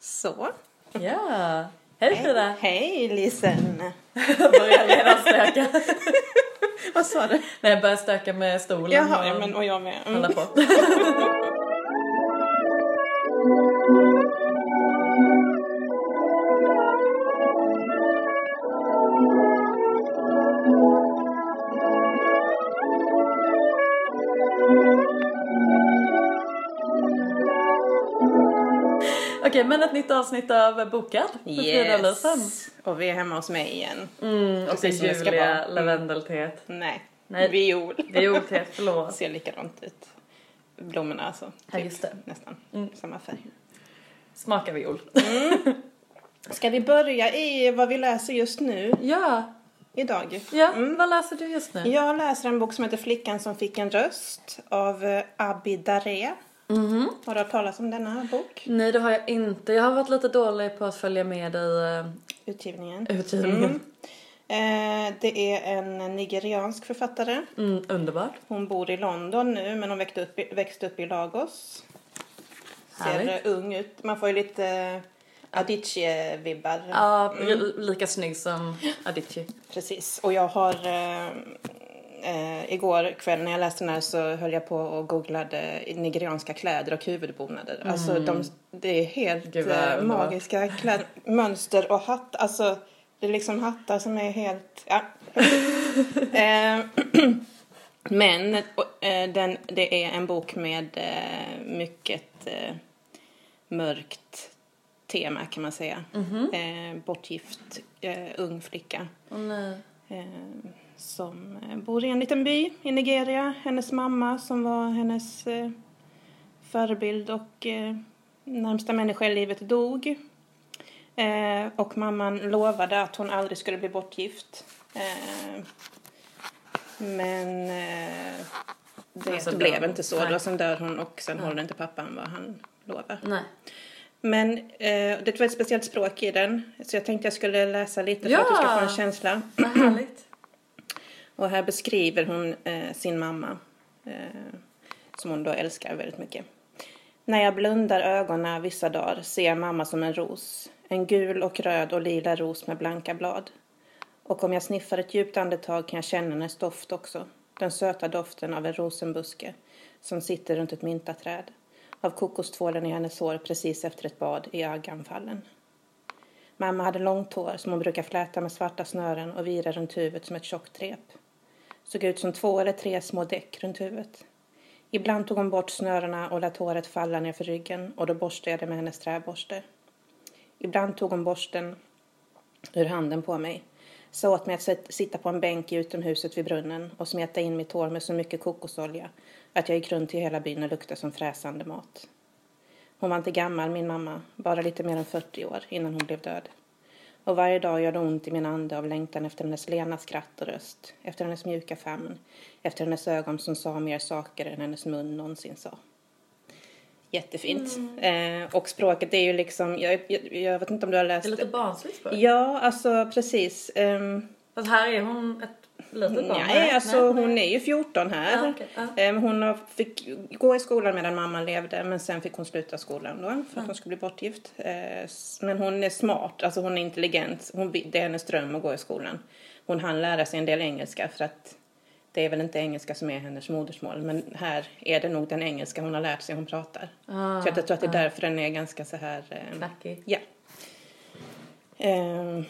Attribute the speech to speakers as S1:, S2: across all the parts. S1: Så.
S2: Ja. Hej Frida!
S1: Hej Lisen.
S2: Börjar redan stöka.
S1: Vad sa du?
S2: Nej, jag börjar stöka med stolen.
S1: Jaha,
S2: och
S1: ja, men, och jag med. Mm.
S2: hålla på. Okej, men ett nytt avsnitt av Bokad med Frida och Lisen.
S1: Yes. Och vi är hemma hos mig igen.
S2: Mm, och det är
S1: Precis som det ska vara.
S2: Julia
S1: Mm.
S2: lavendelteet.
S1: Nej.
S2: Nej.
S1: Viol.
S2: Violteet, förlåt.
S1: Ser likadant ut. Blommorna alltså.
S2: Ja, just det.
S1: Nästan.
S2: Mm.
S1: Samma färg.
S2: Smakar viol.
S1: Ska vi börja i vad vi läser just nu?
S2: Ja,
S1: Idag.
S2: ja.
S1: Mm.
S2: vad läser du just nu?
S1: Jag läser en bok som heter Flickan som fick en röst av eh, Abi Daré.
S2: Mhm.
S1: Har du hört talas om denna bok?
S2: Nej, det har jag inte. Jag har varit lite dålig på att följa med i eh,
S1: Utgivningen.
S2: utgivningen.
S1: Mm.
S2: Mm.
S1: Eh, det är en nigeriansk författare.
S2: Mm, underbart.
S1: Hon bor i London nu men hon växte upp, i- växte upp i Lagos. Ser
S2: Härligt.
S1: ung ut. Man får ju lite eh, Avicii-vibbar.
S2: Ja,
S1: Mm.
S2: li- lika snygg som Avicii.
S1: Precis. Och jag har... Eh, eh, igår kväll när jag läste den här så höll jag på och googlade nigerianska kläder och huvudbonader. Alltså de, det är helt
S2: Mm. Gud, vad
S1: eh,
S2: underbart.
S1: magiska kläd, mönster och hatt. Alltså det är liksom hattar som är helt... Ja. eh, men och, eh, den, det är en bok med eh, mycket eh, mörkt tema kan man säga.
S2: Mhm.
S1: Eh, bortgift eh, ung flicka
S2: Åh nej.
S1: eh, som eh, bor i en liten by i Nigeria. Hennes mamma som var hennes eh, förebild och eh, närmsta människa i livet dog. Eh, och mamman lovade att hon aldrig skulle bli bortgift. Eh, men eh, det
S2: Alltså,
S1: blev
S2: dör-
S1: inte så.
S2: nej.
S1: Då som dör hon och sen håller inte pappan vad han lovar.
S2: Nej.
S1: Men eh, det är ett väldigt speciellt språk i den. Så jag tänkte jag skulle läsa lite för att du ska
S2: Ja!
S1: få en känsla.
S2: Vad härligt.
S1: Och här beskriver hon eh, sin mamma, eh, som hon då älskar väldigt mycket. När jag blundar ögonen vissa dagar ser jag mamma som en ros. En gul och röd och lila ros med blanka blad. Och om jag sniffar ett djupt andetag kan jag känna hennes doft också. Den söta doften av en rosenbuske som sitter runt ett myntaträd. Av kokostvålen i hennes hår precis efter ett bad i agganfallen. Mamma hade långt hår som hon brukar fläta med svarta snören och vira runt huvudet som ett tjockt rep. Såg ut som två eller tre små däck runt huvudet. Ibland tog hon bort snörena och lät håret falla nerför ryggen och då borstade jag det med hennes träborste. Ibland tog hon borsten ur handen på mig, sa åt mig att sit- sitta på en bänk i utomhuset vid brunnen och smeta in mitt hår med så mycket kokosolja att jag gick runt i hela byn och luktade som fräsande mat. Hon var inte gammal, min mamma, bara lite mer än 40 år innan hon blev död. Och varje dag gör det ont i min ande av längtan efter hennes lena skratt och röst, efter hennes mjuka famn, efter hennes ögon som sa mer saker än hennes mun någonsin sa. Jättefint. Eh, och språket är ju liksom, jag, jag, jag vet inte om du har
S2: Det är
S1: läst...
S2: lite barnsligt språk.
S1: Ja, alltså precis. Ehm,
S2: Fast här är hon ett litet barn.
S1: Nej, alltså hon är ju 14 här.
S2: Ja, okej, ja.
S1: Ehm, Hon har- fick gå i skolan medan mamman levde men sen fick hon sluta skolan då för att hon skulle bli bortgift. Eh, s- Men hon är smart, alltså hon är intelligent. Hon, vill- det är hennes dröm att gå i skolan. Hon hann lära sig en del engelska för att det är väl inte engelska som är hennes modersmål men här är det nog den engelska hon har lärt sig hon pratar.
S2: Ah,
S1: så jag tror att det är därför den är ganska så här... ehm,
S2: Knackig.
S1: Ja. Ehm,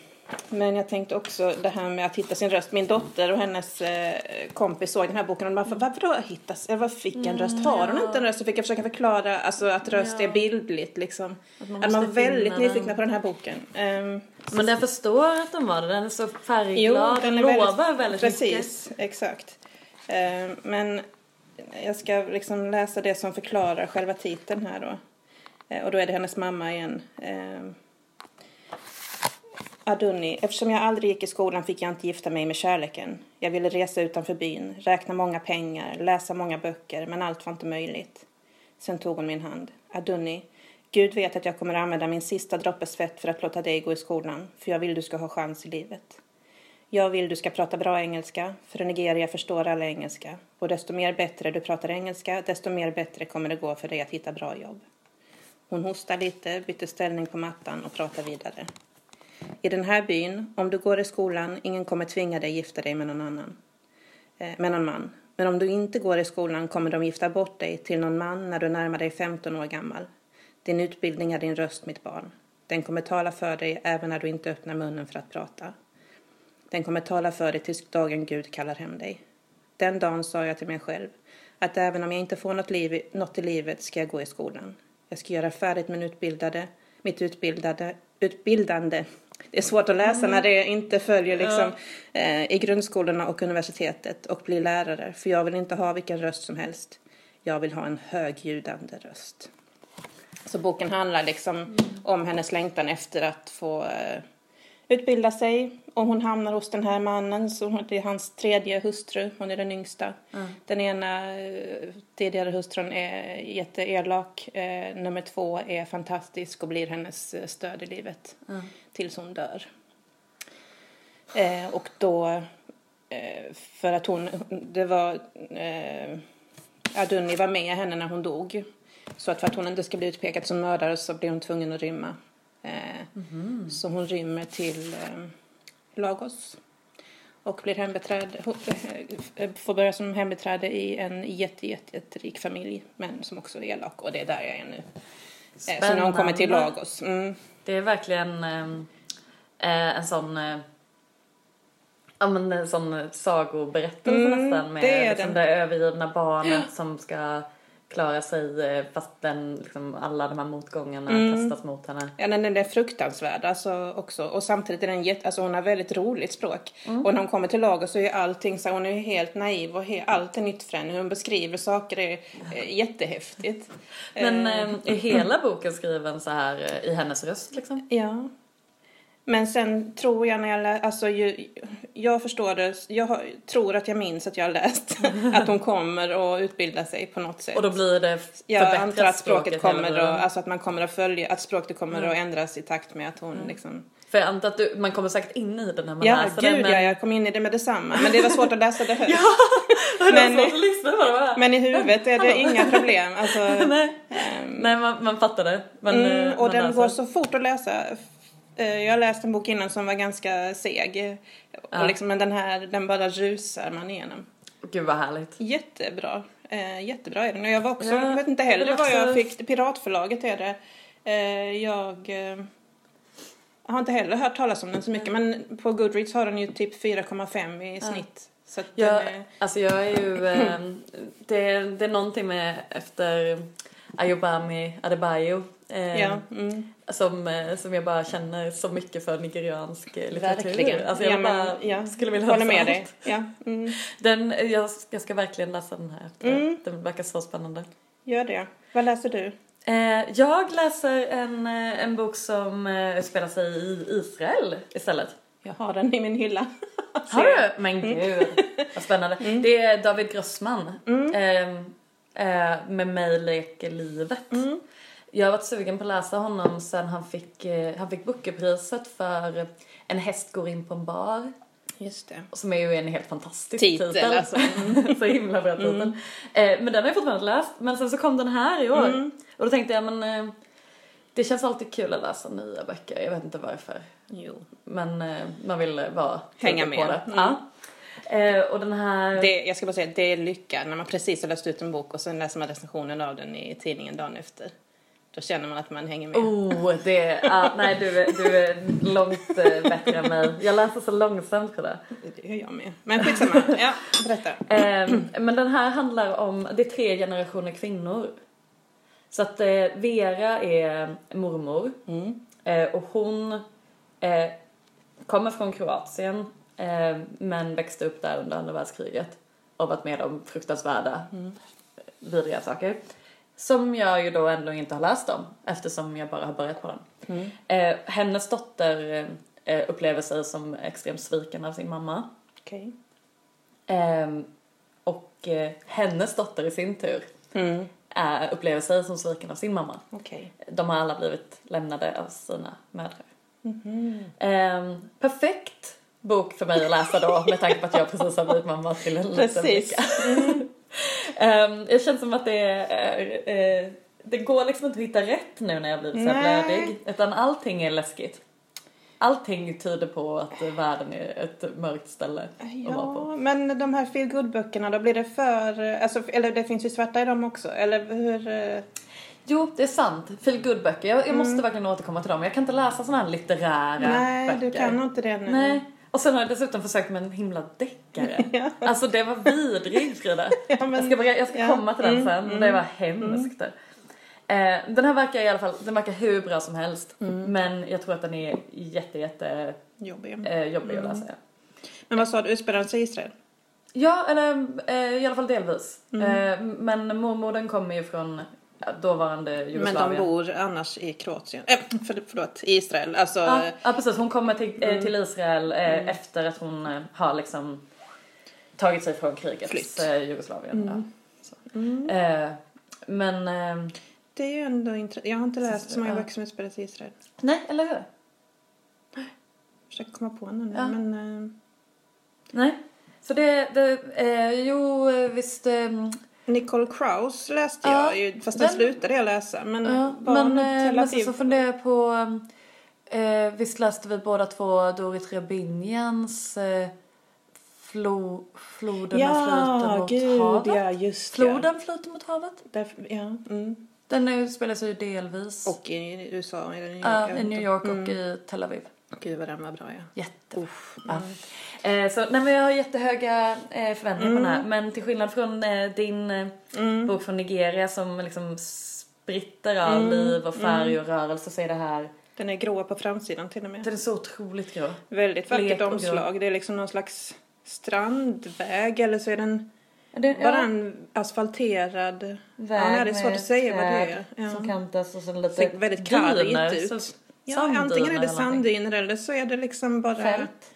S1: Men jag tänkte också det här med att hitta sin röst. Min dotter och hennes eh, kompis såg den här boken och de bara, "Vad- vadå hittas, eller vad fick en röst? Har hon inte en röst? Så fick jag försöka förklara alltså, att röst
S2: Mm, Ja.
S1: är bildligt liksom.
S2: Att
S1: Att
S2: man
S1: man, var
S2: måste
S1: väldigt
S2: finna
S1: nyfikna
S2: den.
S1: på den här boken. Ehm,
S2: Men jag förstår att den var det. Den är så färgglad. den lovar väldigt mycket.
S1: Precis, exakt. Ehm, Men jag ska liksom läsa det som förklarar själva titeln här då. Eh, Och då är det hennes mamma igen. Ehm, Adunni, eftersom jag aldrig gick i skolan fick jag inte gifta mig med kärleken. Jag ville resa utanför byn, räkna många pengar, läsa många böcker, men allt var inte möjligt. Sen tog hon min hand. Adunni, Gud vet att jag kommer använda min sista droppe svett för att låta dig gå i skolan, för jag vill du ska ha chans i livet. Jag vill du ska prata bra engelska, för i Nigeria förstår alla engelska. Och desto mer bättre du pratar engelska, desto mer bättre kommer det gå för dig att hitta bra jobb. Hon hostade lite, bytte ställning på mattan och pratade vidare. I den här byn, om du går i skolan, ingen kommer tvinga dig gifta dig med någon annan. Eh, med någon man. Men om du inte går i skolan kommer de gifta bort dig till någon man när du närmar dig 15 år gammal. Din utbildning är din röst, mitt barn. Den kommer tala för dig även när du inte öppnar munnen för att prata. Den kommer tala för dig tills dagen Gud kallar hem dig. Den dagen sa jag till mig själv att även om jag inte får något, liv, något i livet ska jag gå i skolan. Jag ska göra färdigt min utbildade, mitt utbildade, utbildande. Det är svårt att läsa när det inte följer liksom, eh, i grundskolorna och universitetet och bli lärare. För jag vill inte ha vilken röst som helst. Jag vill ha en högljudande röst. Så boken handlar liksom om hennes längtan efter att få eh, utbilda sig. Om hon hamnar hos den här mannen, så det är hans tredje hustru, hon är den yngsta. Den ena eh, tidigare hustrun är jätteelak, eh, nummer två är fantastisk och blir hennes eh, stöd i livet tills hon dör. Eh, och då, eh, för att hon, det var, eh, Adunni var med henne när hon dog. Så att för att hon inte ska bli utpekad som mördare så blir hon tvungen att rymma. Eh,
S2: Mm. Mhm.
S1: Så hon rymmer till eh, Lagos och blir hembiträde, ho- eh, får börja som hembiträde i en jätte, jätte, jätterik familj men som också är elak och det är där jag är nu. Eh, Så när hon kommer till
S2: Spännande.
S1: Lagos. Mm.
S2: Det är verkligen ehm, eh, en sån eh, Ja men en sån sagoberättelse nästan med
S1: Mm, det
S2: det,
S1: är
S2: liksom
S1: den.
S2: det övergivna barnet som ska klara sig eh, fast den, liksom, alla de här motgångarna
S1: Mm.
S2: kastas mot henne.
S1: Ja, den, den är fruktansvärd alltså, också. Och samtidigt är den jätte, alltså, hon har väldigt roligt språk.
S2: Mm.
S1: Och när hon kommer till Lagos så är ju allting så här, hon är ju helt naiv och he, allt är nytt för henne. Hur hon beskriver saker är eh, jättehäftigt.
S2: Men
S1: Eh,
S2: eh, är hela boken skriven så här eh, i hennes röst liksom?
S1: ja. Men sen tror jag när jag lä- alltså ju, jag förstår det, jag har, tror att jag minns att jag har läst att hon kommer och utbildar sig på något sätt.
S2: Och då blir det f-
S1: Jag
S2: förbättrat
S1: antar att språket
S2: hela
S1: kommer
S2: tiden. Mm.
S1: att, alltså att man kommer att följa, att språket kommer att ändras i takt med att hon liksom
S2: För jag antar att du, man kommer säkert in i den när man
S1: Ja,
S2: läser den.
S1: gud ja, jag kom in i det med detsamma. Men det var svårt att läsa det högt.
S2: men,
S1: men-
S2: men, lyssna på det bara.
S1: Men i huvudet är det inga problem. Alltså,
S2: Nej, Nej man, man fattar det. Men,
S1: mm,
S2: eh,
S1: och
S2: man
S1: den
S2: läser.
S1: går så fort att läsa. Eh, Jag läste en bok innan som var ganska seg.
S2: Ja.
S1: Och liksom, men den här, den bara rusar man igenom.
S2: Gud vad härligt.
S1: Jättebra. Eh, jättebra är den. Och jag var också,
S2: Ja,
S1: jag vet inte heller
S2: men
S1: vad jag
S2: också-
S1: fick. Piratförlaget är det. Eh, jag eh, har inte heller hört talas om den så mycket. Men på Goodreads har den ju typ 4,5 i snitt. Så att
S2: Jag,
S1: den är...
S2: alltså jag är ju, eh, det, det är någonting med efter Ayobami Adebayo eh,
S1: Ja, mm.
S2: som, eh, som jag bara känner så mycket för nigeriansk eh, litteratur.
S1: Verkligen.
S2: Alltså jag
S1: Ja, men,
S2: bara
S1: ja.
S2: skulle vilja
S1: Håller
S2: läsa
S1: med
S2: allt.
S1: dig. Ja. Mm.
S2: Den, eh, jag, jag ska verkligen läsa den här efter.
S1: Mm.
S2: Den verkar så spännande.
S1: Gör det. Vad läser du?
S2: Eh, jag läser en, eh, en bok som eh, spelar sig i Israel istället.
S1: Jag har den i min hylla.
S2: Har du? Mm. Men gud, vad spännande. Det är David Grossman. Eh, eh, med mig leker livet.
S1: Mm.
S2: Jag har varit sugen på att läsa honom sen han fick, eh, han fick Bookerpriset för En häst går in på en bar.
S1: Just det.
S2: Som är ju en helt fantastisk
S1: Titel,
S2: titel.
S1: alltså. Mm.
S2: så himla bra titel. Eh, men den har jag fortfarande inte läst. Men sen så kom den här i år. Och då tänkte jag, men eh, det känns alltid kul att läsa nya böcker. Jag vet inte varför.
S1: Jo.
S2: Men eh, man vill eh, vara
S1: Hänga
S2: tidigt på
S1: med. Mm.
S2: det. Ja. Eh, och den här...
S1: Det, jag ska bara säga att det är lycka när man precis har läst ut en bok och sen läser man recensionen av den i tidningen dagen efter. Då känner man att man hänger med.
S2: Oh, det... ja, nej, du, är- du är långt eh, bättre än mig. Jag läser så långsamt på det.
S1: Det gör jag med. Men skitsamma. Ja, berätta.
S2: Eh, men den här handlar om... Det är tre generationer kvinnor. Så att eh, Vera är mormor.
S1: Mm.
S2: Eh, och hon eh, kommer från Kroatien eh, men växte upp där under andra världskriget och varit med om fruktansvärda eh, vidriga saker. Som jag ju då ändå inte har läst om eftersom jag bara har börjat på den. Eh, hennes dotter eh, upplever sig som extremt sviken av sin mamma.
S1: Okej.
S2: Ehm, och eh, hennes dotter i sin tur
S1: Mm.
S2: eh, upplever sig som sviken av sin mamma.
S1: Okej.
S2: De har alla blivit lämnade av sina mödrar. Ehm, perfekt bok för mig att läsa då med tanke på att jag precis har blivit mamma till en liten
S1: Precis.
S2: flicka. Ehm, jag känner som att det är, eh, det går liksom inte att hitta rätt nu när jag blivit så
S1: Nej.
S2: här blödig. Utan allting är läskigt. Allting tyder på att eh, världen är ett mörkt ställe att vara på.
S1: Ja, men de här feel good böckerna då blir det för... eh, Alltså, eller det finns ju svarta i dem också, eller hur? eh,
S2: Jo, det är sant. Feel good böcker Jag, jag måste verkligen återkomma till dem. Jag kan inte läsa såna här litterära
S1: Nej,
S2: böcker.
S1: du kan nog inte det nu.
S2: Nej. Och sen har jag dessutom försökt med en himla deckare.
S1: Ja.
S2: Alltså det var vidrigt Frida.
S1: Ja, men-
S2: jag ska, bara, jag ska
S1: ja. Mm,
S2: komma till den sen. Det var hemskt. Eh, den här verkar i alla fall, den verkar hur bra som helst.
S1: Mm.
S2: Men jag tror att den är jätte jätte
S1: Jobbig.
S2: eh, jobbig att
S1: Mm.
S2: läsa.
S1: Men vad sa du, utspelar den sig i Israel?
S2: Ja, eller eh, i alla fall delvis.
S1: Mm.
S2: Eh, men mormor den kommer ju från ja, dåvarande
S1: Men
S2: Jugoslavien.
S1: de bor annars i Kroatien. Äh, för, förlåt, i Israel. Alltså,
S2: Ja,
S1: eh,
S2: ja precis, hon kommer till,
S1: Mm.
S2: eh, till Israel eh, efter att hon eh, har liksom tagit sig från krigets
S1: Flytt. Mm.
S2: eh, Jugoslavien. Ja, så. Eh, men eh,
S1: det är ju ändå intressant. Jag har inte läst så många
S2: Ja.
S1: böcker som utspelar sig i Israel.
S2: nej, eller hur?
S1: Försöker komma på någon nu,
S2: Ja.
S1: men... eh,
S2: Nej. Så det, det eh, jo eh, visst. Eh,
S1: Nicole Kraus läste
S2: Ja,
S1: jag ju, fast den,
S2: den-
S1: slutade jag läsa. Men
S2: ja,
S1: var
S2: men,
S1: nog
S2: eh, men sen
S1: relativt...
S2: så funderar jag på, eh, visst läste vi båda två Dorit Rebinjans eh, flo, Floden flyter
S1: Ja,
S2: mot
S1: gud
S2: havet?
S1: ja, just det.
S2: Floden flyter mot havet?
S1: Därför, ja, mm.
S2: Den utspelar sig ju delvis
S1: Och i USA, och i New York.
S2: ja,
S1: jag vet
S2: i New
S1: inte. Mm.
S2: York och i Tel Aviv.
S1: Gud vad den var bra ja.
S2: Jättebra.
S1: Uff.
S2: Ja. Eh, så, nej, men jag har jättehöga eh, förväntningar på den
S1: Mm.
S2: här. Men till skillnad från eh, din eh, bok från Nigeria som liksom spritter av
S1: Mm.
S2: liv och färg och rörelse så är det här...
S1: Den är grå på framsidan till och med.
S2: Den är så otroligt grå.
S1: Väldigt
S2: Blek
S1: vackert
S2: och grå.
S1: omslag. Det är liksom någon slags strandväg eller så är den
S2: Den,
S1: bara en asfalterad... Väg ja, nej, det är svårt att säga vad det är. Ja.
S2: Som kantas och sen lite
S1: Ser väldigt kargt
S2: dyner,
S1: ut.
S2: så-
S1: ja,
S2: sanddyner
S1: antingen är
S2: eller
S1: det
S2: någonting.
S1: sanddyner eller så är det liksom bara...
S2: Fält.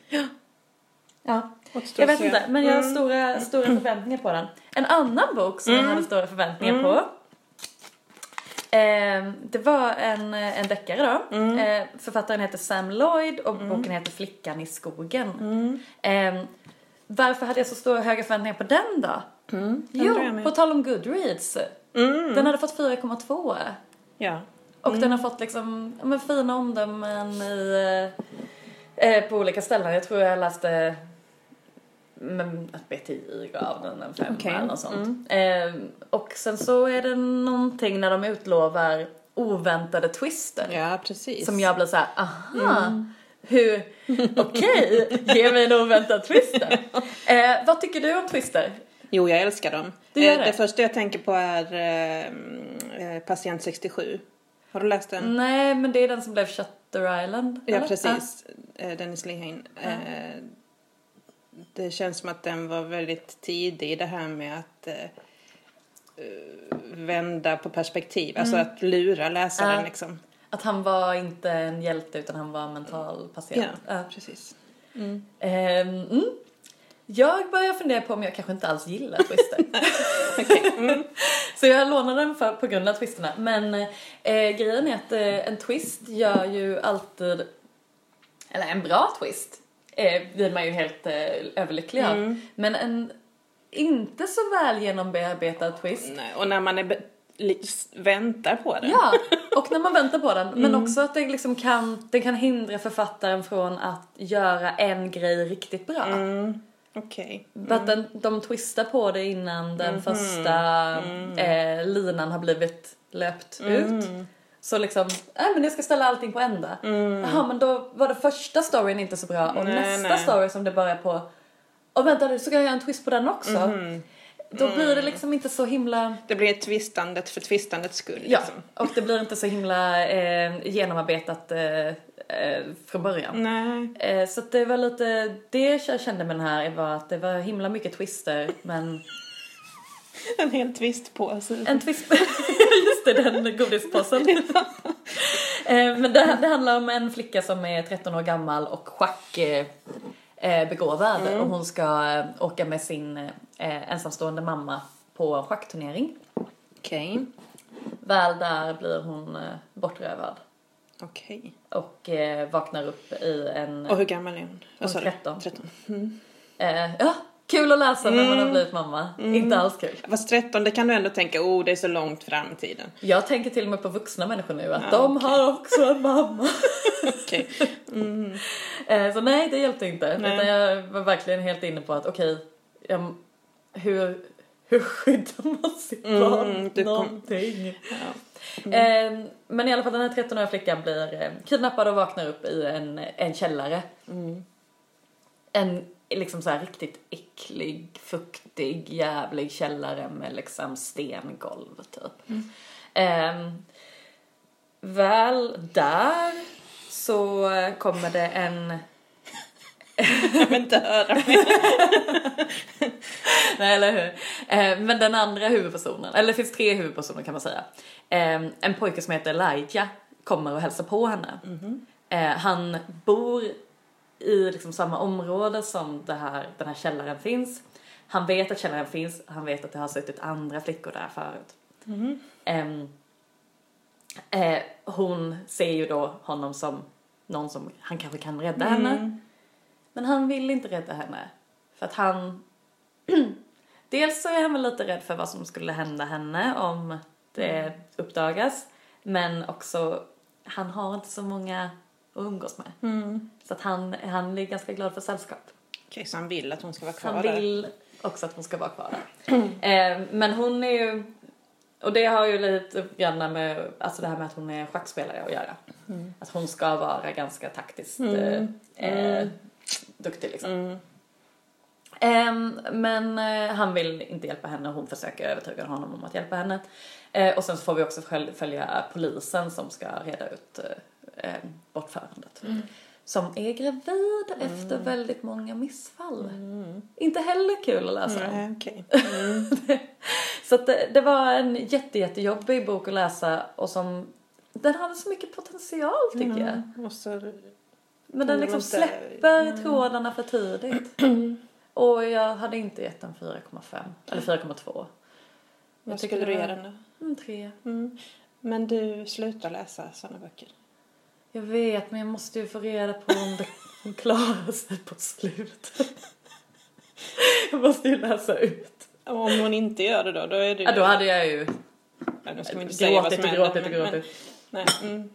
S2: Ja.
S1: återstår
S2: Jag
S1: att
S2: vet
S1: se.
S2: inte, men jag har
S1: Mm.
S2: stora, stora förväntningar på den. En annan bok som
S1: Mm.
S2: jag hade stora förväntningar på. Eh, det var en, en deckare då.
S1: Mm.
S2: Eh, författaren heter Sam Lloyd och boken heter Flickan i skogen.
S1: Mm.
S2: Eh, varför hade jag så stora höga förväntningar på den då?
S1: undrar jag
S2: Jo,
S1: med. Mm.
S2: på tal om Goodreads. Den hade fått 4,2.
S1: Ja.
S2: Och den har fått liksom, ja, men, fina omdömen i, eh, på olika ställen. Jag tror jag läste men, att BTI gav den en femma
S1: Okej. Mm.
S2: eller något sånt. Eh, och sen så är det någonting när de utlovar oväntade twister.
S1: ja, precis.
S2: Som jag blir såhär, aha,
S1: Mm.
S2: hur, okej, ge mig en oväntad twister. Eh, vad tycker du om twister?
S1: Jo, jag älskar dem.
S2: Du gör
S1: Eh,
S2: det?
S1: det första jag tänker på är eh, mm, eh, Patient 67. Har du läst den?
S2: Nej, men det är den som blev Shutter Island.
S1: Ja,
S2: eller?
S1: precis. Eh, Dennis Lehane. Eh, det känns som att den var väldigt tidig i det här med att eh, eh, vända på perspektiv. Alltså att lura läsaren
S2: Mm. Ja.
S1: liksom.
S2: Att han var inte en hjälte utan han var en mental
S1: Ja,
S2: patient. Ja.
S1: precis.
S2: Ehm, mm. Jag börjar fundera på om jag kanske inte alls gillar twister. Så jag lånade den för, på grund av twisterna. Men eh, grejen är att eh, en twist gör ju alltid, eller en bra twist eh, blir man ju helt eh, överlycklig av.
S1: Mm.
S2: Men en inte så väl genombearbetad twist
S1: Nej, och när man är be- li- s- väntar på den.
S2: Ja, och när man väntar på den. Men
S1: Mm.
S2: också att det liksom kan, den kan hindra författaren från att göra en grej riktigt bra.
S1: Mm. Okej.
S2: För att den, de twistar på det innan
S1: Mm-hmm.
S2: den första
S1: Mm.
S2: Eh, linan har blivit löpt ut. Så liksom, nej men jag ska ställa allting på ända. Jaha men då var det första storyn inte så bra och
S1: Mm. Nej,
S2: nästa
S1: nej.
S2: story som det börjar på, och vänta nu så ska jag göra en twist på den också.
S1: Mm-hmm.
S2: Då blir det
S1: Mm.
S2: liksom inte så himla...
S1: Det blir twistandet för twistandets skull.
S2: Ja,
S1: Liksom.
S2: och det blir inte så himla eh, genomarbetat eh, eh, från början.
S1: Nej.
S2: Eh, så att det var lite, det jag kände med den här var att det var himla mycket twister men
S1: En hel twistpåse.
S2: en twist, just det den godispåsen. eh, men det, det handlar om en flicka som är 13 år gammal och schack eh, eh, begåvad och hon ska eh, åka med sin eh, ensamstående mamma på en schackturnering.
S1: Okej.
S2: Väl där blir hon eh, bortrövad.
S1: Okej.
S2: och eh, vaknar upp i en...
S1: Och hur gammal är hon? Vad sa du?
S2: 13.
S1: 13.
S2: Eh, ja, Kul att läsa när
S1: Mm.
S2: man har blivit mamma. Inte alls kul.
S1: Fast 13 det kan du ändå tänka, oh det är så långt fram i tiden.
S2: Jag tänker till och med på vuxna människor nu att
S1: Ja,
S2: de har också en mamma.
S1: Okej.
S2: Eh, Så nej, det hjälpte inte.
S1: Nej.
S2: Utan jag var verkligen helt inne på att okej, jag- hur, hur skyddar man sitt
S1: Mm,
S2: barn?
S1: du kom-
S2: Någonting.
S1: Ja.
S2: Eh, Men i alla fall den här 13-åriga flickan blir eh, kidnappad och vaknar upp i en, en källare. En liksom så här riktigt äcklig, fuktig, jävlig källare med liksom stengolv typ. Ehm, väl där så kommer det en
S1: Jag vill inte höra mer.
S2: Nej, eller hur? Eh, men den andra huvudpersonen, eller det finns tre huvudpersoner kan man säga. Eh, en pojke som heter Elijah kommer och hälsar på henne. Eh, han bor i liksom samma område som det här, den här källaren finns. Han vet att källaren finns, han vet att det har suttit andra flickor där förut. Ehm, eh, hon ser ju då honom som någon som han kanske kan rädda henne. Men han vill inte rädda henne. För att han... Dels så är han väl lite rädd för vad som skulle hända henne om det uppdagas. Men också, han har inte så många att umgås med. Så att han, han är ganska glad för sällskap.
S1: Okej, så han vill att hon ska vara kvar
S2: Han
S1: där.
S2: vill också att hon ska vara kvar där. eh, men hon är ju... Och det har ju lite grann med alltså det här med att hon är schackspelare att göra.
S1: Mm.
S2: Att hon ska vara ganska taktiskt Eh, eh, duktig liksom.
S1: Mm.
S2: Ehm, men eh, han vill inte hjälpa henne och hon försöker övertyga honom om att hjälpa henne. Eh, och sen så får vi också följ- följa polisen som ska reda ut eh, eh, bortförandet.
S1: Mm.
S2: Som är gravid efter väldigt många missfall. Inte heller kul att läsa om.
S1: Mm. Nej, okej.
S2: Mm. Så att det, det var en jätte, jättejobbig bok att läsa och som den hade så mycket potential tycker jag.
S1: Och så...
S2: Men
S1: Det
S2: den
S1: var
S2: liksom
S1: inte-
S2: släpper trådarna för tidigt. Och jag hade inte gett den 4,5 eller 4,2.
S1: Vad
S2: tycker
S1: skulle du
S2: det
S1: ge
S2: var-
S1: den då?
S2: Mm, tre.
S1: Mm. Men du slutar läsa sådana böcker.
S2: Jag vet men jag måste ju få reda på om det om klarar sig på slutet. jag måste ju läsa ut.
S1: Och om hon inte gör det då, då är det ju...
S2: Ja, då hade jag ju
S1: Ja, då ska vi inte säga vad
S2: gråtit
S1: som
S2: och
S1: händer,
S2: gråtit
S1: men-
S2: och
S1: men-
S2: gråtit.
S1: Nej, mm.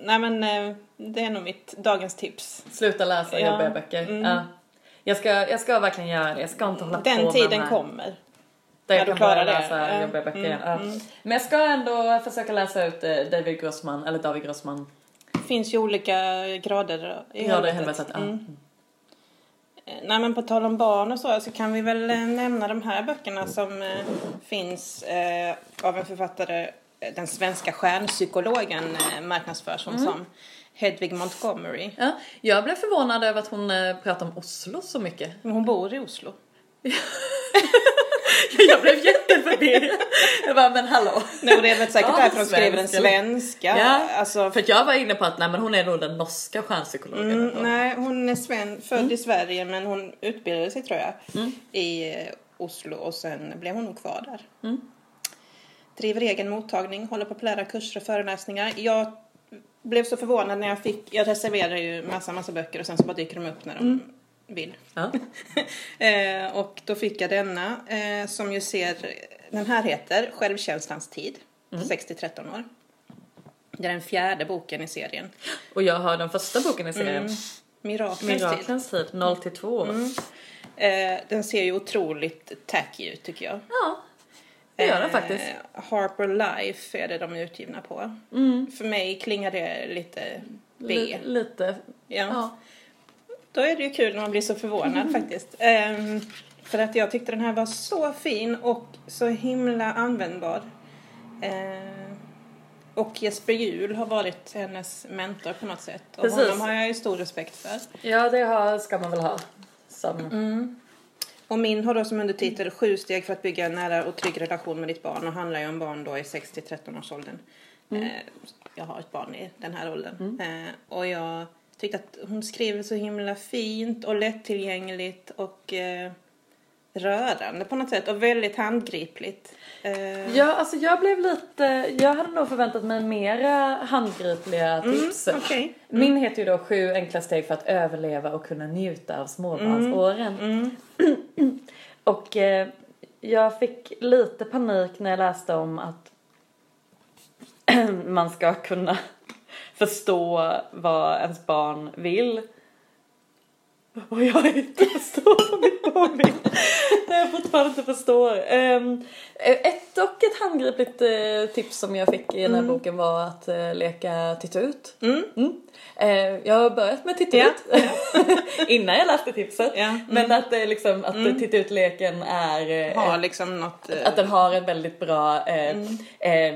S1: Nej men eh, det är nog mitt dagens tips.
S2: Sluta läsa
S1: Ja.
S2: jobbiga böcker.
S1: Mm.
S2: Ja. Jag, ska, jag ska verkligen göra det. Jag ska inte hålla på
S1: Den
S2: med de
S1: tiden
S2: här-
S1: kommer.
S2: Där
S1: när
S2: jag
S1: du
S2: kan börja
S1: klarar det.
S2: läsa
S1: Ja.
S2: jobbiga böcker.
S1: Mm,
S2: igen. Ja.
S1: mm.
S2: Men jag ska ändå försöka läsa ut eh, David Grossman, eller David Grossman.
S1: Det finns ju olika grader i
S2: Ja, det är helvetet. Ja.
S1: Mm. Eh, Nej men på tal om barn och så, så kan vi väl eh, nämna de här böckerna som eh, finns eh, av en författare, eh, den svenska stjärnpsykologen eh, marknadsförs hon
S2: Mm.
S1: som. Hedvig Montgomery.
S2: Ja. Jag blev förvånad över att hon eh, pratade om Oslo så mycket.
S1: Men Hon bor i Oslo.
S2: jag blev jätteförvirrad. jag bara, men hallå.
S1: Nej, och det är väl säkert
S2: Ja,
S1: därför hon skriver den
S2: svensk, eller?
S1: svenska.
S2: Ja.
S1: Alltså,
S2: För att jag var inne på att nej, men hon är nog den norska stjärnpsykologen.
S1: Mm,
S2: ändå.
S1: nej, hon är sven, född i Sverige men hon utbildade sig tror jag i eh, Oslo och sen blev hon nog kvar där. Driver egen mottagning, håller populära kurser och föreläsningar. Jag blev så förvånad när jag fick, jag reserverar ju massa, massa böcker och sen så bara dyker de upp när de vill.
S2: Ja.
S1: Eh, och då fick jag denna eh, som ju ser, den här heter Självkänslans tid, 60-13 år. Det är den fjärde boken i serien.
S2: Och jag har den första boken i serien,
S1: Mm. Miraklens tid.
S2: Miraklens tid, 0 till 2.
S1: Mm. Eh, den ser ju otroligt tacky ut tycker jag.
S2: Ja, det gör den
S1: Eh,
S2: faktiskt.
S1: Harper Life är det de är utgivna på.
S2: Mm.
S1: För mig klingar det lite B.
S2: Li- lite.
S1: ja.
S2: Ja.
S1: Då är det ju kul när man blir så förvånad faktiskt. Ehm, för att jag tyckte den här var så fin och så himla användbar. Ehm, och Jesper Juhl har varit hennes mentor på något sätt. Och
S2: Precis.
S1: honom har jag ju stor respekt för.
S2: ja, det har, ska man väl ha. Som,
S1: Mm. Och min har då som undertitel Sju steg för att bygga en nära och trygg relation med ditt barn och handlar ju om barn då i 6-13 års åldern.
S2: Mm.
S1: Eh, jag har ett barn i den här åldern. Eh, och jag tyckte att hon skriver så himla fint och lättillgängligt och eh, rörande på något sätt och väldigt handgripligt. Eh,
S2: Ja, alltså jag blev lite... Jag hade nog förväntat mig mera handgripliga tips.
S1: okej.
S2: Min heter ju då Mm. Sju enkla steg för att överleva och kunna njuta av småbarnsåren. Och eh, jag fick lite panik när jag läste om att man ska kunna förstå vad ens barn vill. Och jag har inte förstår vad mitt barn vill. Det jag fortfarande inte förstår. Ehm, ett och ett handgripligt eh, tips som jag fick i den här boken var att eh, leka titta ut.
S1: Mm.
S2: Eh, jag har börjat med titta
S1: Ja.
S2: ut. Innan jag läste tipset.
S1: Ja. Mm.
S2: Men att, det är liksom, att titta ut-leken är... eh,
S1: Ha liksom något... eh,
S2: att den har en väldigt bra eh, eh,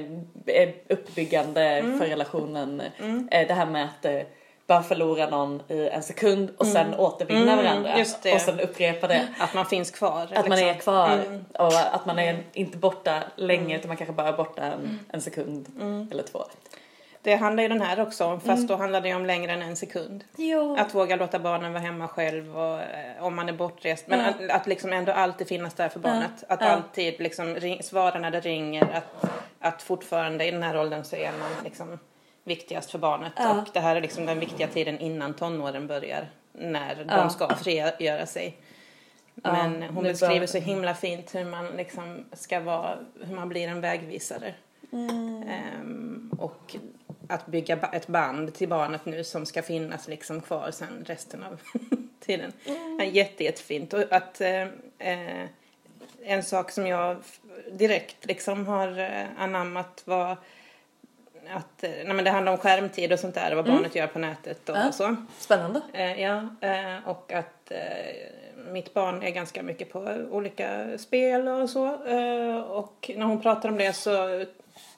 S2: uppbyggande för relationen. Eh, det här med att eh, bara förlora någon i en sekund och sen återvinna
S1: Mm,
S2: varandra.
S1: just det.
S2: Och sen upprepa det. Liksom.
S1: Att man finns kvar. liksom.
S2: Att man är kvar och att man är inte borta länge utan man kanske bara är borta en, en sekund eller två.
S1: Det handlar ju den här också om,
S2: Mm.
S1: fast då handlar det ju om längre än en sekund.
S2: Jo.
S1: Att våga låta barnen vara hemma själv och, eh, om man är bortrest. Men att, att liksom ändå alltid finnas där för barnet. Att
S2: Ja.
S1: alltid liksom ring, svara när det ringer. Att, att fortfarande i den här åldern så är man liksom viktigast för barnet.
S2: Ja.
S1: Och det här är liksom den viktiga tiden innan tonåren börjar. När
S2: Ja.
S1: de ska frigöra sig.
S2: Ja,
S1: Men
S2: nu
S1: hon
S2: börjar-
S1: beskriver så himla fint hur man liksom ska vara, hur man blir en vägvisare.
S2: Mm.
S1: Ehm, och att bygga ba- ett band till barnet nu som ska finnas liksom kvar sen resten av tiden. Mm. Jätte, jättefint. Och att, eh, eh, en sak som jag f- direkt liksom har eh, anammat var att eh, nej men det handlar om skärmtid och sånt där och vad barnet gör på nätet och
S2: Mm. Ja.
S1: så.
S2: Spännande.
S1: Eh, ja, eh, och att eh, mitt barn är ganska mycket på olika spel och så. Eh, och när hon pratar om det så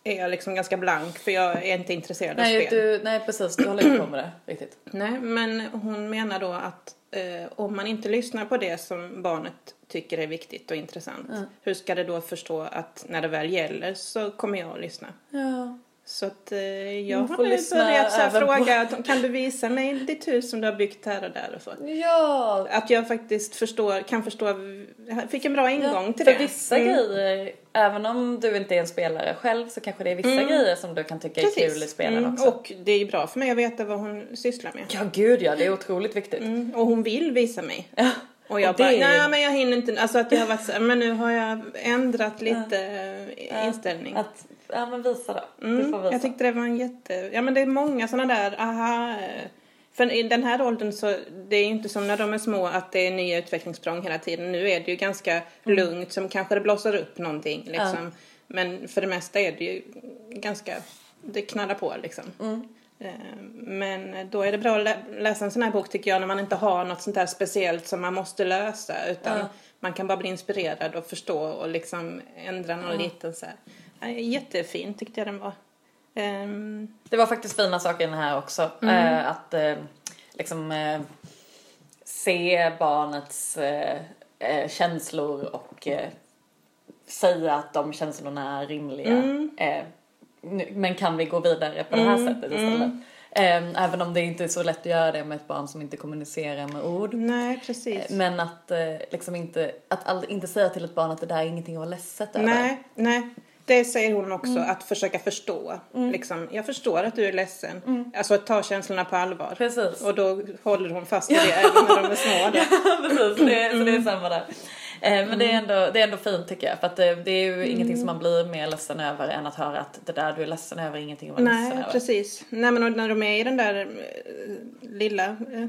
S1: är jag liksom ganska blank för jag är inte intresserad av
S2: Nej,
S1: spel.
S2: du, nej precis, du håller inte på med det riktigt.
S1: Nej, men hon menar då att eh, om man inte lyssnar på det som barnet tycker är viktigt och intressant, hur ska det då förstå att när det väl gäller så kommer jag att lyssna?
S2: Ja.
S1: Så att eh, jag
S2: får
S1: har nu
S2: lyssna
S1: börjat så här
S2: även på-
S1: fråga, kan du visa mig ditt hus som du har byggt här och där och så?
S2: Ja,
S1: Att jag faktiskt förstår, kan förstå, jag fick en bra ingång till
S2: för
S1: det. Mm,
S2: vissa grejer, även om du inte är en spelare själv så kanske det är vissa grejer som du kan tycka är kul i spelen
S1: Mm,
S2: också.
S1: Och det är bra för mig att veta vad hon sysslar med.
S2: Ja gud ja, det är otroligt viktigt.
S1: Mm, Och hon vill visa mig. Och jag
S2: och det
S1: bara,
S2: är-
S1: nej men jag hinner inte. Alltså att jag har varit så, här, men nu har jag ändrat lite eh, inställning.
S2: Att, ja men visa då. Du får
S1: Mm,
S2: visa.
S1: jag tyckte det var en jätte, ja men det är många sådana där, aha. eh, För i den här åldern så, det är ju inte som när de är små att det är nya utvecklingssprång hela tiden. Nu är det ju ganska
S2: Mm.
S1: lugnt, som kanske det blåser upp någonting liksom. Men för det mesta är det ju ganska, det knallar på liksom. Eh, Men då är det bra att lä- läsa en sån här bok tycker jag när man inte har något sånt där speciellt som man måste lösa utan
S2: Ja.
S1: man kan bara bli inspirerad och förstå och liksom ändra någon liten så här. Ja, Jättefin tyckte jag den var. Ehm,
S2: Det var faktiskt fina saker i den här också.
S1: Mm.
S2: Eh, att eh, liksom eh, se barnets eh, eh, känslor och eh, säga att de känslorna är rimliga.
S1: Mm.
S2: Eh, nu, men kan vi gå vidare på det här sättet
S1: mm.
S2: istället? Eh, även om det inte är så lätt att göra det med ett barn som inte kommunicerar med ord.
S1: nej, precis.
S2: Men att, eh, liksom inte, att all, inte säga till ett barn att det där är ingenting att vara ledset över.
S1: Nej, nej. Det säger hon också,
S2: Mm.
S1: att försöka förstå. Liksom, jag förstår att du är ledsen. Alltså att ta känslorna på allvar.
S2: Mm. Precis.
S1: Och då håller hon fast vid det även när de är små. Då.
S2: Precis, det, så
S1: Mm.
S2: det är samma där. Eh, men det, är ändå, det är ändå fint tycker jag. För att det, det är ju
S1: Mm.
S2: ingenting som man blir mer ledsen över än att höra att det där du är ledsen över är ingenting att vara ledsen
S1: Nej,
S2: över.
S1: precis. Nej, men och när de är i den där eh, lilla eh,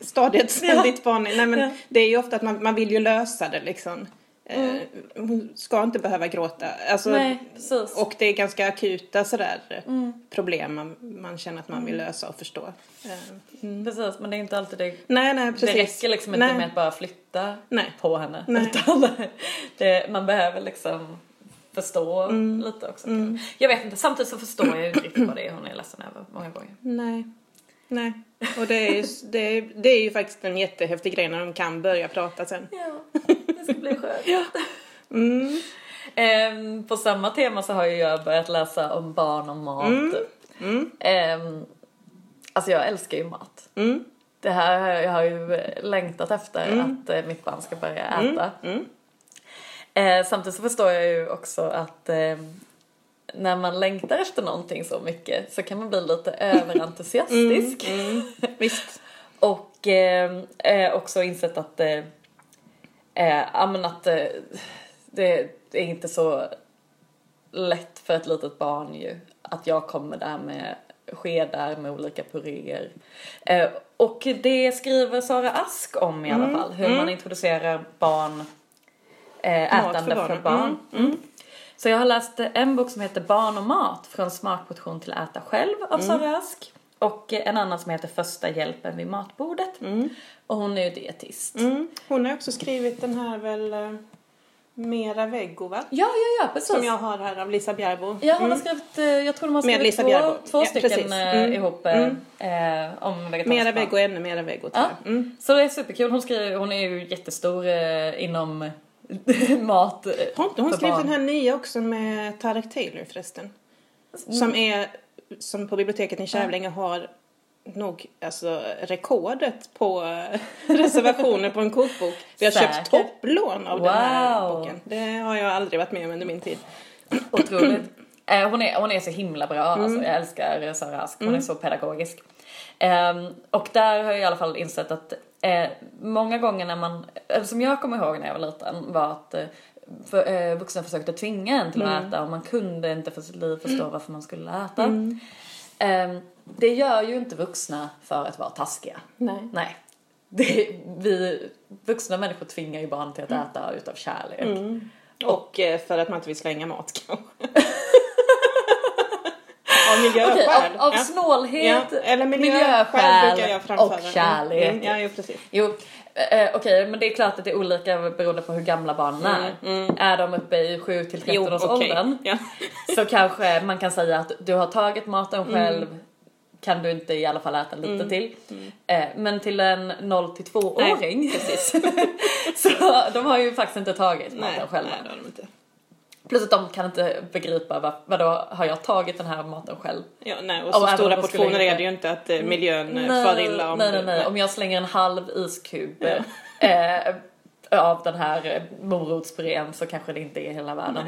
S1: stadiet som ditt barn är. Nej, men Det är ju ofta att man, man vill ju lösa det liksom. Eh, Hon ska inte behöva gråta. Alltså,
S2: Mm. Nej, Mm. precis.
S1: Och det är ganska akuta sådär eh, problem man, man känner att man
S2: Mm.
S1: vill lösa och förstå. Eh,
S2: precis, men det är inte alltid det.
S1: Nej, nej, precis.
S2: Det räcker liksom inte
S1: nej.
S2: med att bara flytta
S1: Nej.
S2: på henne.
S1: Nej.
S2: Utan det, man behöver liksom förstå
S1: Mm.
S2: lite också. Jag vet inte, samtidigt så förstår jag ju inte riktigt vad det är hon är ledsen över många gånger.
S1: Nej. Nej. Och det är, ju, det, är, det är ju faktiskt en jättehäftig grej när de kan börja prata sen.
S2: Ja, det ska bli skönt. Ehm, på samma tema så har ju jag börjat läsa om barn och mat. Ehm, alltså jag älskar ju mat.
S1: Mm.
S2: Det här har jag- jag har ju eh, längtat efter att eh, mitt barn ska börja äta. Eh, samtidigt så förstår jag ju också att eh, när man längtar efter någonting så mycket så kan man bli lite överentusiastisk.
S1: Visst.
S2: ehm, Och eh, eh, också insett att eh, Eh, ja, men att eh, det är inte så lätt för ett litet barn ju. Att jag kommer där med skedar med olika puréer. Eh, och det skriver Sara Ask om i alla
S1: Mm,
S2: fall. Hur man introducerar barn eh,
S1: Mat för
S2: ätande för barn.
S1: barnen. Mm.
S2: Så jag har läst en bok som heter Barn och mat. Från smakportion till äta själv av
S1: Mm.
S2: Sara Ask. Och eh, en annan som heter Första hjälpen vid matbordet. Och hon är ju dietist.
S1: Mm. Hon har också skrivit den här väl eh, Mera veggo va?
S2: Ja, ja, ja, precis.
S1: Som jag har här av Lisa Bjärbo. Mm.
S2: Ja, hon har skrivit, eh, jag tror de har
S1: Med
S2: skrivit
S1: Lisa
S2: två,
S1: Bjerbo.
S2: två
S1: Ja,
S2: stycken
S1: precis.
S2: eh,
S1: Mm.
S2: ihop eh, eh, om vegetariska
S1: Mera
S2: mat.
S1: veggo, ännu mera veggo tror
S2: Ja.
S1: jag. Mm.
S2: Så det är superkul. Hon, skriver, hon är ju jättestor eh, inom mat. eh,
S1: Har inte hon
S2: för
S1: skrivit
S2: barn.
S1: den här nya också med Tarek Taylor förresten?
S2: Mm.
S1: Som är, som på biblioteket i Kävlinge har nog alltså rekordet på eh, reservationer på en kokbok. Vi har
S2: Säkert.
S1: köpt topplån av den här
S2: Wow.
S1: boken. Det har jag aldrig varit med om under min tid.
S2: Otroligt. Eh, hon, är, hon är så himla bra.
S1: Mm.
S2: Alltså, jag älskar eh, Sara Ask. Hon är så pedagogisk. Ehm, och där har jag i alla fall insett att eh, många gånger när man, eller som jag kommer ihåg när jag var liten var att eh, för, eh, vuxna försökte tvinga en till
S1: Mm.
S2: att äta och man kunde inte för sitt liv förstå varför man skulle äta.
S1: Mm.
S2: Ehm, det gör ju inte vuxna för att vara taskiga.
S1: Nej.
S2: Nej. Det, vi vuxna människor tvingar ju barn till att
S1: Mm.
S2: äta utav kärlek. Mm.
S1: Och eh, för att man inte vill slänga mat kanske. av miljöskäl.
S2: Okej, av, av
S1: Ja.
S2: snålhet,
S1: Ja, Eller miljöskäl brukar
S2: miljöskäl
S1: jag framföra.
S2: och
S1: Mm.
S2: kärlek.
S1: Mm, ja, jo, precis.
S2: Jo, eh, okej, men det är klart att det är olika beroende på hur gamla barnen är. Är de uppe i 7 till 13 års
S1: Mm. okej.
S2: Mm. åldern
S1: Ja.
S2: så kanske man kan säga att du har tagit maten
S1: Mm.
S2: själv kan du inte i alla fall äta lite till. Eh, men till en 0 till 2-åring så de har ju faktiskt inte tagit maten
S1: Nej,
S2: själva.
S1: nej, det har de inte.
S2: Plus att de kan inte begripa vad, vadå, har jag tagit den här maten själv?
S1: Ja, nej, och
S2: Och
S1: så
S2: även
S1: stora
S2: om de skulle
S1: portioner är
S2: inte-
S1: det
S2: Mm.
S1: ju inte att eh, miljön eh, far illa om
S2: nej,
S1: du-
S2: nej, nej. Om jag slänger en halv iskub eh, av den här eh, morotspurén så kanske det inte är hela världen.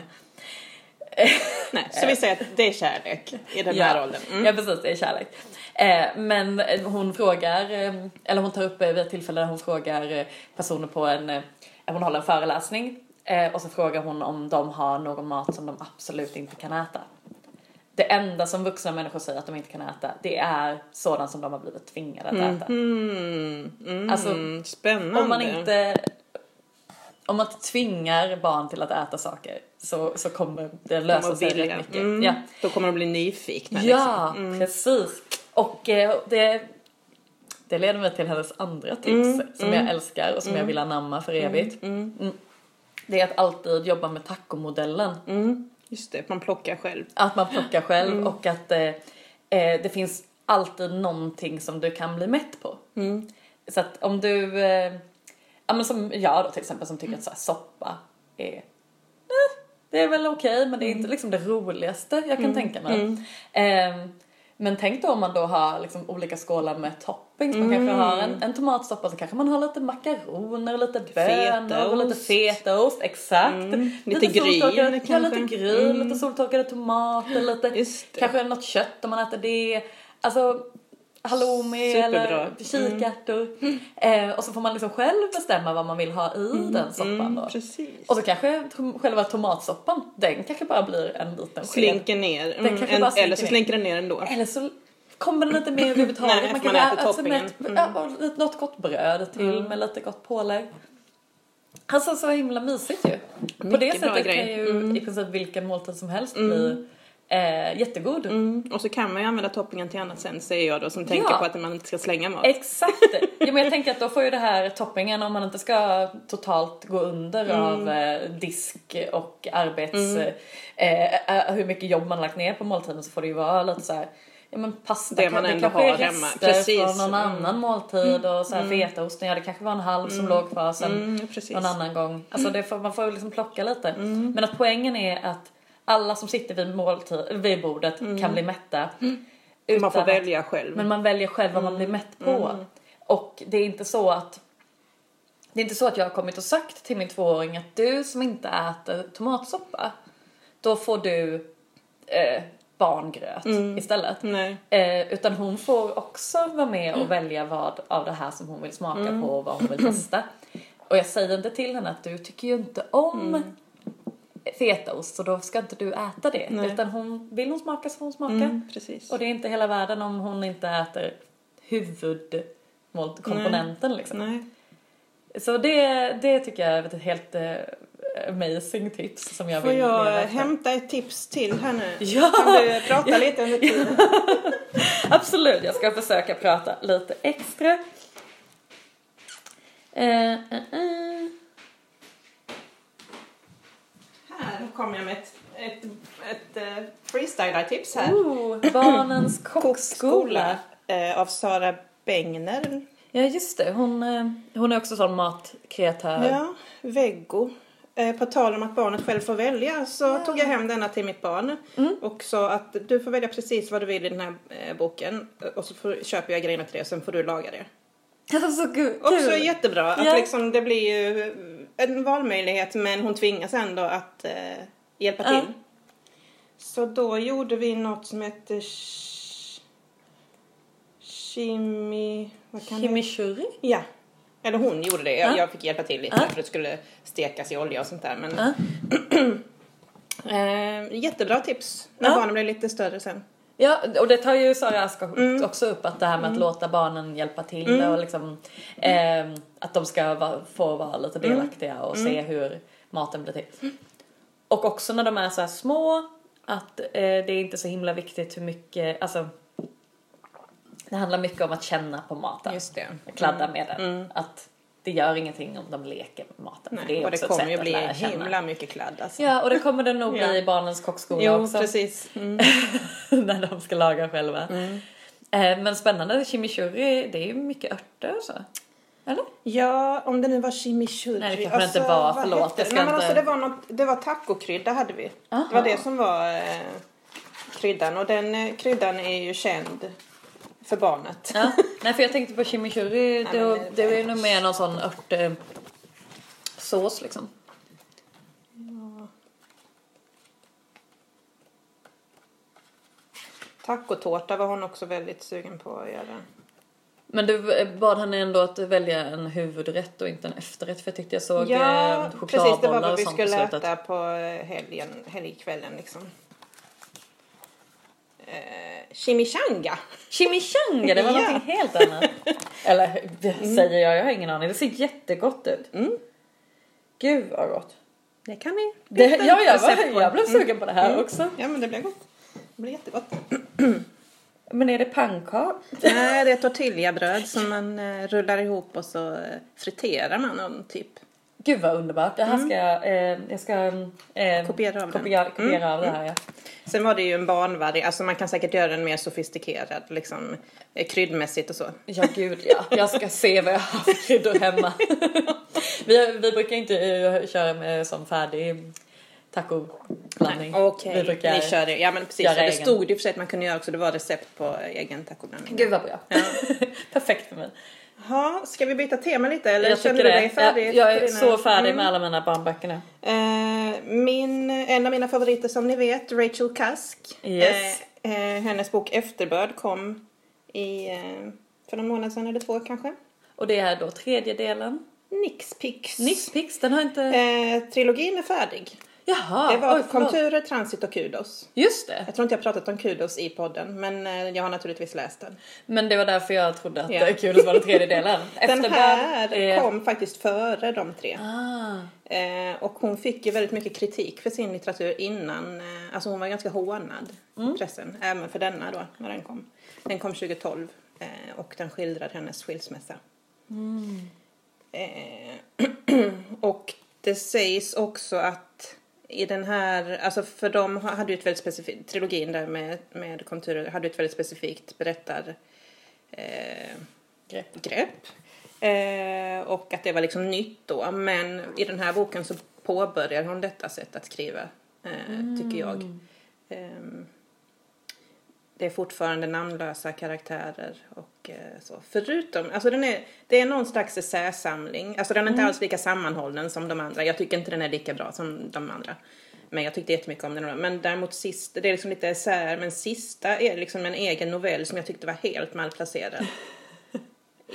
S1: Nej, Så vi säger att det är kärlek i den här åldern. Mm.
S2: ja, precis. Det är kärlek. Eh, men eh, hon frågar, eh, eller hon tar upp eh, vid ett tillfälle när hon frågar eh, personer på en, eh, hon håller en föreläsning eh, och så frågar hon om de har någon mat som de absolut inte kan äta. Det enda som vuxna människor säger att de inte kan äta, det är sådant som de har blivit tvingade att äta.
S1: Mm, mm,
S2: Alltså,
S1: spännande.
S2: Om man inte... Om man inte tvingar barn till att äta saker så, så kommer det
S1: Kommer
S2: lösa
S1: att
S2: sig
S1: vilja.
S2: rätt mycket.
S1: Mm.
S2: Ja,
S1: Då kommer de bli nyfikna. liksom.
S2: ja liksom. Mm. precis. Och eh, det, det leder mig till hennes andra tips som jag älskar och som jag vill anamma för evigt. Mm. Det är att alltid jobba med tacomodellen.
S1: Mm. Just det, man plockar själv.
S2: Att man plockar själv och att eh, eh, det finns alltid någonting som du kan bli mätt på.
S1: Mm.
S2: Så att om du, eh, ja men som jag då till exempel som tycker att så här, soppa är, eh, det är väl okej men det är
S1: Mm.
S2: inte liksom det roligaste jag kan tänka mig. Eh, men tänk då om man då har liksom olika skålar med toppings. Man kanske har
S1: Mm.
S2: en, en tomatsoppa så kanske man har lite makaroner, lite bönor och lite
S1: Fetaost. Mm.
S2: fetaost. Exakt.
S1: Lite gryn
S2: soltorkade- ja,
S1: kanske. Mm.
S2: lite gryn, lite soltorkade tomater, lite,
S1: Just det.
S2: kanske något kött om man äter det. Alltså halloumi
S1: Superbra.
S2: eller
S1: Mm.
S2: kikärtor. Eh, och så får man liksom själv bestämma vad man vill ha i
S1: Mm,
S2: den soppan då.
S1: Precis.
S2: Och så kanske tom- själva tomatsoppan, den kanske bara blir en liten sked.
S1: Slinker ner. Mm.
S2: kanske
S1: En,
S2: bara slinker
S1: eller så
S2: ner.
S1: slinker den ner ändå.
S2: Eller så kommer den inte med överhuvudtaget.
S1: Nej,
S2: man
S1: för
S2: kan
S1: man äter
S2: äta sig med ett,
S1: toppingen. Mm.
S2: ja, och lite- något gott bröd till med lite gott pålägg. Alltså så himla mysigt ju. På det
S1: Mycket bra
S2: sättet kan
S1: grej. Mm.
S2: ju i princip vilken måltid som helst bli eh, jättegod.
S1: Mm. Och så kan man ju använda toppingen till annat sen, säger jag då som tänker
S2: Ja.
S1: på att man inte ska slänga mat.
S2: Exakt! Jo, men jag tänker att då får ju det här toppingen om man inte ska totalt gå under
S1: Mm.
S2: av eh, disk och arbets... Eh, eh, hur mycket jobb man lagt ner på måltiden så får det ju vara lite så här. Ja men pasta
S1: Det
S2: kan-
S1: man
S2: det
S1: ändå
S2: kanske är
S1: har hemma.
S2: rester
S1: Precis. Mm.
S2: från någon annan måltid och så här fetaosten, ja det kanske var en halv som låg kvar sen
S1: Mm, precis.
S2: någon annan gång. Alltså det får, man får ju liksom plocka lite.
S1: Mm.
S2: Men att poängen är att alla som sitter vid, måltid, vid bordet kan bli mätta.
S1: Mm. Man
S2: utan
S1: får
S2: att-
S1: välja själv.
S2: men man väljer själv vad man blir mätt på.
S1: Mm.
S2: Och det är inte så att det är inte så att jag har kommit och sagt till min tvååring att du som inte äter tomatsoppa, då får du eh, barngröt
S1: Mm.
S2: istället.
S1: Nej.
S2: Eh, utan hon
S1: Mm.
S2: får också vara med och välja vad av det här som hon vill smaka på och vad hon vill testa. Och jag säger inte till henne att du tycker ju inte om
S1: Mm.
S2: fetaost så då ska inte du äta det.
S1: Nej.
S2: Utan hon, vill hon smaka så får hon smaka.
S1: Mm, precis.
S2: Och det är inte hela världen om hon inte äter huvudkomponenten liksom.
S1: Nej.
S2: Så det, det tycker jag är ett helt eh, amazing tips som jag
S1: Får
S2: vill
S1: jag
S2: leva efter.
S1: hämta ett tips till här nu?
S2: Ja!
S1: Kan du prata lite under tiden?
S2: Absolut, jag ska försöka prata lite extra. Eh, eh, eh.
S1: Här kommer jag med ett, ett, ett eh, freestylar-tips här.
S2: Oh, barnens kockskola.
S1: Eh, av Sara Bengner.
S2: Ja just det, hon, eh, hon är också sån matkreatör.
S1: Ja, Veggo. Eh, på tal om att barnet själv får välja så tog jag hem denna till mitt barn
S2: Mm.
S1: och sa att du får välja precis vad du vill i den här eh, boken och så får, köper jag grejerna till dig och sen får du laga det.
S2: Alltså gud,
S1: Också
S2: kul.
S1: jättebra att
S2: Ja.
S1: liksom, det blir ju en valmöjlighet men hon tvingas ändå att eh, hjälpa
S2: Ja.
S1: till. Så då gjorde vi något som hette sh- Shimi... Vad kan det
S2: Chimichurri?
S1: Ja. Eller hon gjorde det. Jag,
S2: Ja.
S1: jag fick hjälpa till lite
S2: Ja.
S1: för det skulle stekas i olja och sånt där. Men,
S2: Ja.
S1: eh, jättebra tips när
S2: Ja.
S1: barnen blir lite större sen.
S2: Ja, och det tar ju Sara Ask
S1: Mm.
S2: också upp att det här med att låta barnen hjälpa till och liksom ehm, att de ska va, få vara lite
S1: Mm.
S2: delaktiga och se hur maten blir till. Och också när de är så här små att eh, det är inte så himla viktigt hur mycket, alltså det handlar mycket om att känna på maten.
S1: Just det. Mm.
S2: Kladda med den. Att det gör ingenting om de leker med maten. för
S1: Nej, det och det
S2: också ett
S1: kommer
S2: sätt
S1: ju
S2: att
S1: bli
S2: lära känna.
S1: himla mycket kladd alltså.
S2: Ja, och det kommer det nog bli
S1: Ja.
S2: i barnens kockskola
S1: Jo,
S2: också
S1: precis. Mm.
S2: när de ska laga själva. Eh, men spännande, chimichurri, det är ju mycket örter och så. Eller?
S1: Ja, om det nu var chimichurri. Alltså,
S2: Nej, det kanske det inte var.
S1: vad
S2: Förlåt,
S1: hette
S2: jag
S1: det?
S2: ska
S1: Nej, men
S2: inte-
S1: alltså, det, var något, det var tacokrydda hade vi.
S2: Aha.
S1: Det var det som var eh, kryddan. Och den eh, kryddan är ju känd för barnet.
S2: Ja. Nej, för jag tänkte på chimichurri,
S1: Nej,
S2: det,
S1: men-
S2: det är ju nog mer någon sån örtsås liksom.
S1: Tacotårta var hon också väldigt sugen på att göra.
S2: Men du eh, bad henne ändå att välja en huvudrätt och inte en efterrätt för jag tyckte jag såg
S1: Ja,
S2: eh,
S1: precis. Det var
S2: chokladbollar
S1: vad
S2: och
S1: vi
S2: sånt på
S1: skulle
S2: slutet.
S1: äta på eh, helgen, helgkvällen liksom. Eh, chimichanga.
S2: Chimichanga, det var
S1: Ja.
S2: någonting helt annat. Eller det säger jag, jag har ingen aning. Det ser jättegott ut.
S1: Mm.
S2: Gud vad gott.
S1: Det kan vi.
S2: Det, ja, jag,
S1: Recept på
S2: var, jag
S1: det. Mm.
S2: blev sugen på det här också.
S1: Ja, men det blev gott. Det blev jättegott.
S2: Men är det pannkaka?
S1: Nej, det är tortillabröd som man eh, rullar ihop och så eh, friterar man dem typ.
S2: Gud vad underbart. Det här ska jag, eh, jag ska eh,
S1: Mm. Kopiera av den. Mm.
S2: kopiera, kopiera av det här. Ja.
S1: Sen var det ju en barnvariant, alltså man kan säkert göra den mer sofistikerad liksom eh, kryddmässigt och så.
S2: ja, gud ja. Jag ska se vad jag har för kryddor hemma. vi, vi brukar inte eh, köra med som färdig tacoblandning. Vi
S1: Okej,
S2: brukar...
S1: ni kör det. Ja men precis,
S2: göra
S1: och det
S2: egen.
S1: stod ju för sig att man kunde göra också, det var recept på eh, egen tacoblandning.
S2: Gud vad bra. Perfekt för mig.
S1: Jaha, ska vi byta tema lite eller
S2: jag
S1: känner du dig färdig? Mm.
S2: Jag, jag är
S1: Katarina?
S2: så färdig med alla mina barnböckerna.
S1: Eh, min, en av mina favoriter som ni vet, Rachel Cusk.
S2: Yes.
S1: Eh, eh, hennes bok Efterbörd kom i, eh, för någon månad sedan eller två kanske.
S2: Och det är då tredje delen.
S1: Nix Pix.
S2: Nix Pix, den har inte...
S1: Eh, trilogin är färdig.
S2: Jaha!
S1: det var
S2: oj, förlåt.
S1: Konturer, Transit och Kudos.
S2: Just det.
S1: Jag tror inte jag har pratat om Kudos i podden, men eh, jag har naturligtvis läst den.
S2: Men det var därför jag trodde att
S1: Ja.
S2: det är kul att vara den tredje delen.
S1: Den här
S2: är-
S1: kom faktiskt före de tre.
S2: eh, Ah,
S1: Eh, och hon fick ju väldigt mycket kritik för sin litteratur innan. Eh, alltså hon var ganska hånad i pressen, även för denna då, när den kom. Den kom 2012 eh, och den skildrar hennes skilsmässa.
S2: mm.
S1: Eh, och det sägs också att i den här, alltså för de ha- hade ju ett väldigt specifikt, trilogin där med, med konturer hade ju ett väldigt specifikt berättar... Eh,
S2: grepp.
S1: grepp. Eh, och att det var liksom nytt då. Men i den här boken så påbörjar hon detta sätt att skriva, eh, tycker jag. Ehm, det är fortfarande namnlösa karaktärer och eh, så. Förutom, alltså den är, det är någon slags essäsamling. Alltså den är inte alls lika sammanhållen som de andra. Jag tycker inte den är lika bra som de andra. Men jag tyckte jättemycket om den. Men däremot sist, det är liksom lite essäer, men sista är liksom en egen novell som jag tyckte var helt malplacerad.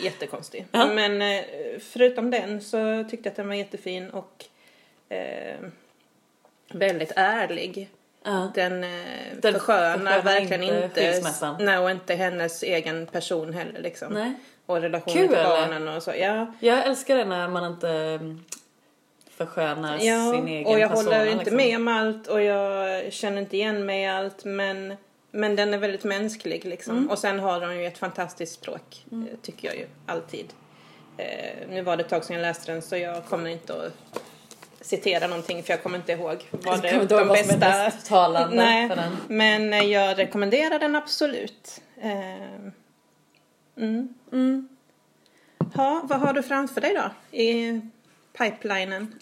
S1: Jättekonstig.
S2: Ja.
S1: Men eh, förutom den så tyckte jag att den var jättefin och eh, väldigt ärlig.
S2: Ja.
S1: Den, eh,
S2: Den
S1: förskönar
S2: förskönar
S1: verkligen
S2: inte
S1: inte,
S2: skilsmässan.
S1: Nej, och inte hennes egen person heller liksom.
S2: Nej.
S1: Och relationen
S2: Kul,
S1: till
S2: eller?
S1: barnen och så. Ja,
S2: Jag älskar det när man inte mm, förskönar
S1: ja.
S2: sin egen
S1: och jag
S2: persona,
S1: håller inte
S2: liksom.
S1: med om allt och jag känner inte igen mig i allt men, men den är väldigt mänsklig liksom.
S2: Mm.
S1: Och sen har de ju ett fantastiskt språk, eh, tycker jag ju, alltid. Eh, nu var det ett tag sedan jag läste den så jag kommer inte att citera någonting för jag kommer inte ihåg vad
S2: Jag
S1: det,
S2: kommer inte ihåg
S1: de
S2: vad som är
S1: bästa...
S2: mest talande
S1: Nej,
S2: för den.
S1: men eh, jag rekommenderar den absolut. Eh, mm. Ha, vad har du framför dig då i pipelinen?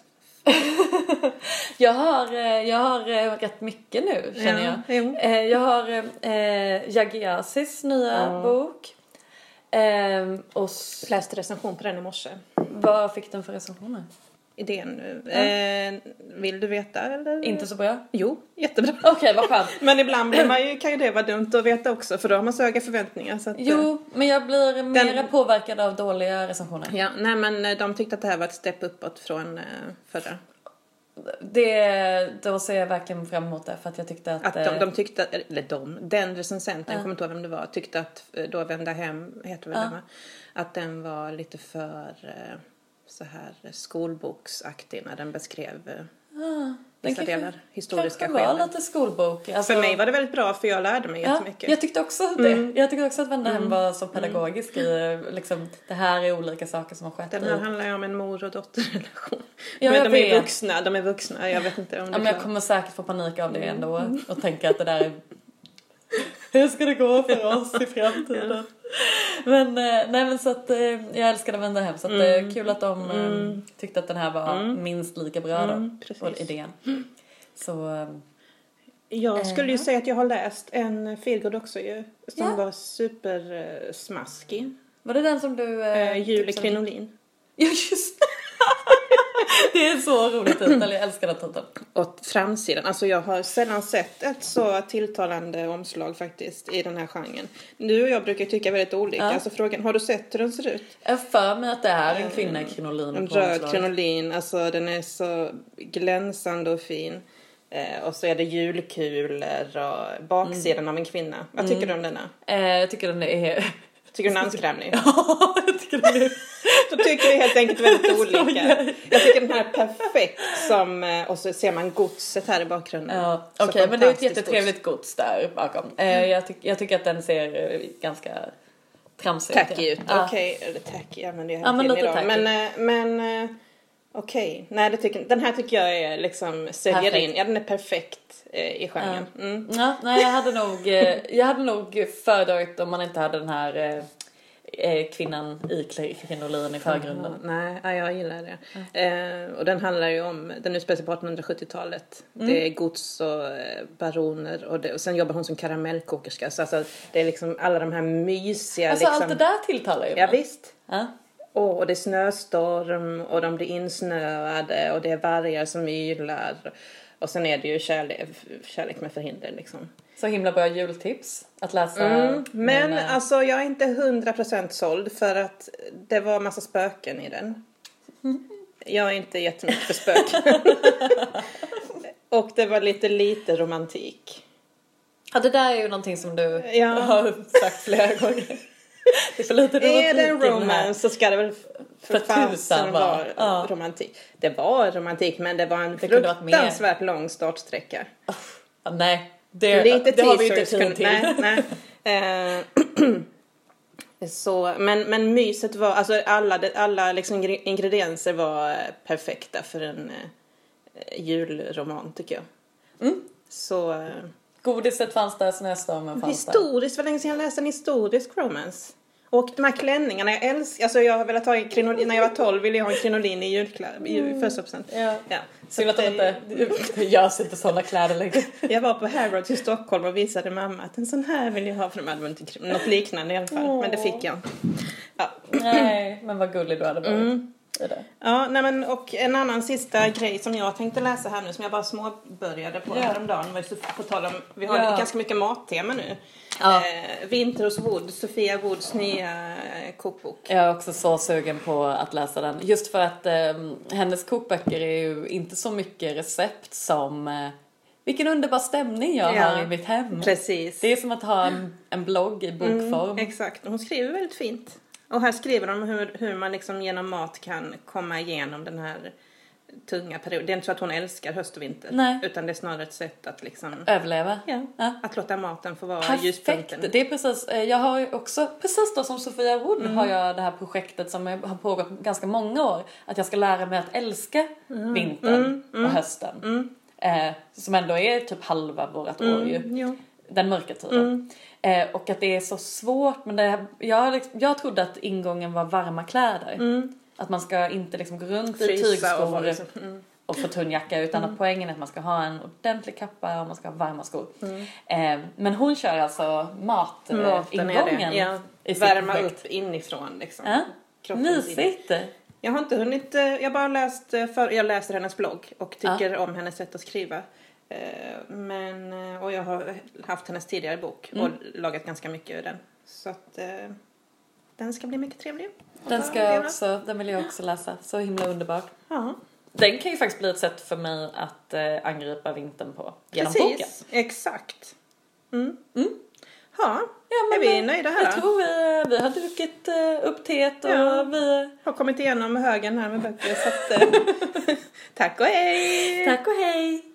S2: Jag har, eh, jag har eh, rätt mycket nu känner
S1: Ja,
S2: jag.
S1: jo.
S2: Eh, Jag har eh, eh, Jagiasis nya bok. Eh, och s-
S1: Läste recension på den i morse.
S2: vad fick den för recensioner?
S1: Idén nu. Eh, vill du veta eller?
S2: Inte så bra?
S1: Jo, jättebra.
S2: Okej, vad skönt.
S1: Men ibland blir man ju, kan ju det vara dumt att veta också för då har man så höga förväntningar. Så att, eh,
S2: Jo, men jag blir mera påverkad av dåliga recensioner.
S1: Ja, nej men eh, de tyckte att det här var ett steg uppåt från eh, förra.
S2: Det, då ser jag verkligen fram emot det för att jag tyckte att...
S1: Att
S2: eh,
S1: de, de tyckte, eller de, den recensenten, jag kommer inte ihåg vem det var, tyckte att eh, då Vända Hem, heter väl den va? Att den var lite för eh, så här skolboksaktig när den beskrev eh, vissa
S2: kanske-
S1: delar, historiska
S2: kanske var
S1: skeden.
S2: lite skolbok. Alltså,
S1: För mig var det väldigt bra för jag lärde mig
S2: ja,
S1: jättemycket. Mm.
S2: Jag tyckte också det. Jag tyckte också att Vända hem var så pedagogisk i liksom, det här är olika saker som har skett
S1: Den
S2: i
S1: här handlar ju om en mor och dotterrelation.
S2: Typ. Ja,
S1: men
S2: jag
S1: de är ju
S2: vet.
S1: vuxna, de är vuxna. Jag vet inte om
S2: Ja,
S1: det
S2: men jag kommer säkert få panik av det ändå
S1: Mm.
S2: och tänka att det där är... Hur ska det gå för oss i framtiden? Men, eh, nej, men så att, eh, jag älskade Vända hem så att, det
S1: Mm.
S2: är kul att de eh, tyckte att den här var minst lika bra
S1: Mm,
S2: då,
S1: precis.
S2: och idén. Så, eh,
S1: Jag skulle ju säga att jag har läst en feelgood också ju. Som
S2: Ja.
S1: var supersmaskig.
S2: var det den som du... eh,
S1: Eh, Julie
S2: tipsade-
S1: Krinolin.
S2: Ja, just det. Det är så roligt titel, jag älskar den titeln.
S1: Och framsidan, alltså jag har sällan sett ett så tilltalande omslag faktiskt i den här genren. Du och jag brukar tycka väldigt olika,
S2: Ja.
S1: alltså frågan, har du sett hur den ser ut?
S2: Jag har för mig att det är en kvinna i krinolin
S1: Eh, En
S2: på
S1: röd
S2: omslaget.
S1: krinolin, alltså den är så glänsande och fin. Eh, och så är det julkulor och baksidan
S2: Mm.
S1: av en kvinna. Vad tycker du om denna?
S2: Eh, jag tycker den är...
S1: Tycker du den är anskrämlig?
S2: Ja, jag tycker den är...
S1: Då tycker vi helt enkelt väldigt olika.
S2: Skojar.
S1: Jag tycker den här är perfekt som, eh, och så ser man godset här i bakgrunden.
S2: Ja,
S1: Så
S2: Okej, men det är ett
S1: fantastiskt Mm.
S2: jättetrevligt gods där bakom. Eh, jag, tyck- jag tycker att den ser eh, ganska tramsig
S1: Tacky ut.
S2: Ja.
S1: Okej, eller tacky använder jag
S2: Ja,
S1: hela
S2: men
S1: tiden
S2: lite
S1: idag.
S2: tacky.
S1: Men, eh, men eh, okej. Nej, det tycker, den här tycker jag är liksom säljer
S2: Perfekt.
S1: in. Ja, den är perfekt eh, i genren. Mm.
S2: Ja, nej, jag hade nog, eh, jag hade nog föredragit om man inte hade den här eh, eh, kvinnan i kli- krinolin i förgrunden.
S1: Ja, nej, ja, jag gillar det. Eh, och den handlar ju om, den utspelar sig på 1870-talet. Det är
S2: Mm.
S1: gods och eh, baroner och, det, och sen jobbar hon som karamellkokerska. Så alltså, det är liksom alla de här mysiga
S2: Alltså
S1: liksom.
S2: allt det där tilltalar ju
S1: Ja,
S2: mig.
S1: visst.
S2: Ja.
S1: Åh, och det är snöstorm och de blir insnöade och det är vargar som ylar. Och sen är det ju kärlek, kärlek med förhinder liksom.
S2: Så himla bra jultips att läsa.
S1: Men
S2: med-
S1: alltså jag är inte 100% såld för att det var massa spöken i den. Jag är inte jättemycket för spöken. och det var lite lite romantik.
S2: Ja, det där är ju någonting som du
S1: Ja.
S2: har sagt flera gånger. Det är för lite
S1: Är det en
S2: romantik i den här.
S1: romance så ska det väl för,
S2: För
S1: fasen
S2: tusan vara.
S1: vara
S2: Ja.
S1: romantik. Det var romantik men det var en
S2: kunde varit mer.
S1: fruktansvärt lång startsträcka.
S2: Ja, nej, det,
S1: Lite
S2: det har vi ju inte
S1: teasers kunde-
S2: tid till.
S1: Nej, nej. Eh, så, men, men myset var, alltså alla, det- alla liksom ingre- ingredienser var eh, perfekta för en eh, julroman tycker jag. Så eh,
S2: Godiset fanns där, snöstormen fanns där.
S1: historiskt, vad länge sedan jag läste en historisk romance. Och de här klänningarna, jag älskar, alltså jag har velat ha en krinolin, när jag var 12 ville jag ha en krinolin i julklapp, i födelsedagspresent.
S2: Ja.
S1: Ja.
S2: Synd att de inte det görs inte sådana kläder längre.
S1: Jag var på Harrods i Stockholm och visade mamma att en sån här vill jag ha för de hade väl inte krim- något liknande i alla fall. Men det fick jag inte. Ja.
S2: Nej, men vad gullig du hade varit. i det.
S1: Ja, nej men, och en annan sista grej som jag tänkte läsa här nu som jag bara småbörjade på
S2: Ja.
S1: häromdagen var ju Sof- på tal om, vi har
S2: Ja.
S1: ganska mycket mattema nu.
S2: Ja.
S1: Eh, Vinter hos Wood, Sofia Woods nya eh, kokbok.
S2: Jag är också så sugen på att läsa den. Just för att eh, hennes kokböcker är ju inte så mycket recept som eh, vilken underbar stämning jag
S1: Ja.
S2: har i mitt hem.
S1: Precis. Mm,
S2: Det är som att ha en, en blogg i bokform.
S1: Exakt, och hon skriver väldigt fint. Och här skriver de hur, hur man liksom genom mat kan komma igenom den här tunga perioden. Det är inte så att hon älskar höst och vinter.
S2: Nej.
S1: Utan det är snarare ett sätt att liksom,
S2: Överleva.
S1: ja,
S2: Ja.
S1: att låta maten få vara
S2: Perfekt!
S1: ljuspunkten.
S2: Det är precis, eh, jag har ju också, precis då som Sofia Wood
S1: Mm.
S2: har jag det här projektet som jag har pågått ganska många år. Att jag ska lära mig att älska
S1: Mm.
S2: vintern och hösten. Eh, som ändå är typ halva vårat år ju.
S1: Mm, jo.
S2: Den mörka tiden. Eh, och att det är så svårt. Men det, jag, har liksom, jag trodde att ingången var varma kläder. Att man ska inte liksom gå runt i
S1: Mm. Frysa och
S2: tygskor
S1: vara
S2: och,
S1: liksom, mm.
S2: få tunn jacka. Utan att poängen är att man ska ha en ordentlig kappa och man ska ha varma skor.
S1: Mm.
S2: Eh, men hon kör alltså
S1: Maten är
S2: matingången.
S1: det. Ja.
S2: i sitt
S1: Värma
S2: projekt.
S1: upp inifrån liksom.
S2: Ja.
S1: Kroppens inifrån.
S2: Mysigt!
S1: Jag har inte hunnit, eh, jag har bara läst, eh, för, jag läser hennes blogg och tycker om hennes sätt att skriva. Eh, Men, eh, och jag har haft hennes tidigare bok
S2: Mm.
S1: och lagat ganska mycket ur den. Så att eh, den ska bli mycket trevlig. att
S2: Den,
S1: ta
S2: ska
S1: del
S2: jag
S1: av.
S2: också, den vill jag också läsa. Så himla underbart.
S1: Ja,
S2: Den kan ju faktiskt bli ett sätt för mig att eh, angripa vintern på. Genom
S1: precis.
S2: boken.
S1: Exakt. Mm.
S2: Mm.
S1: Ja,
S2: Ja,
S1: är vi nöjda här
S2: Jag
S1: då?
S2: tror vi, vi har druckit eh, upp teet och
S1: Ja.
S2: vi...
S1: Har kommit igenom högen här med böcker så att, eh, Tack och hej!
S2: Tack och hej!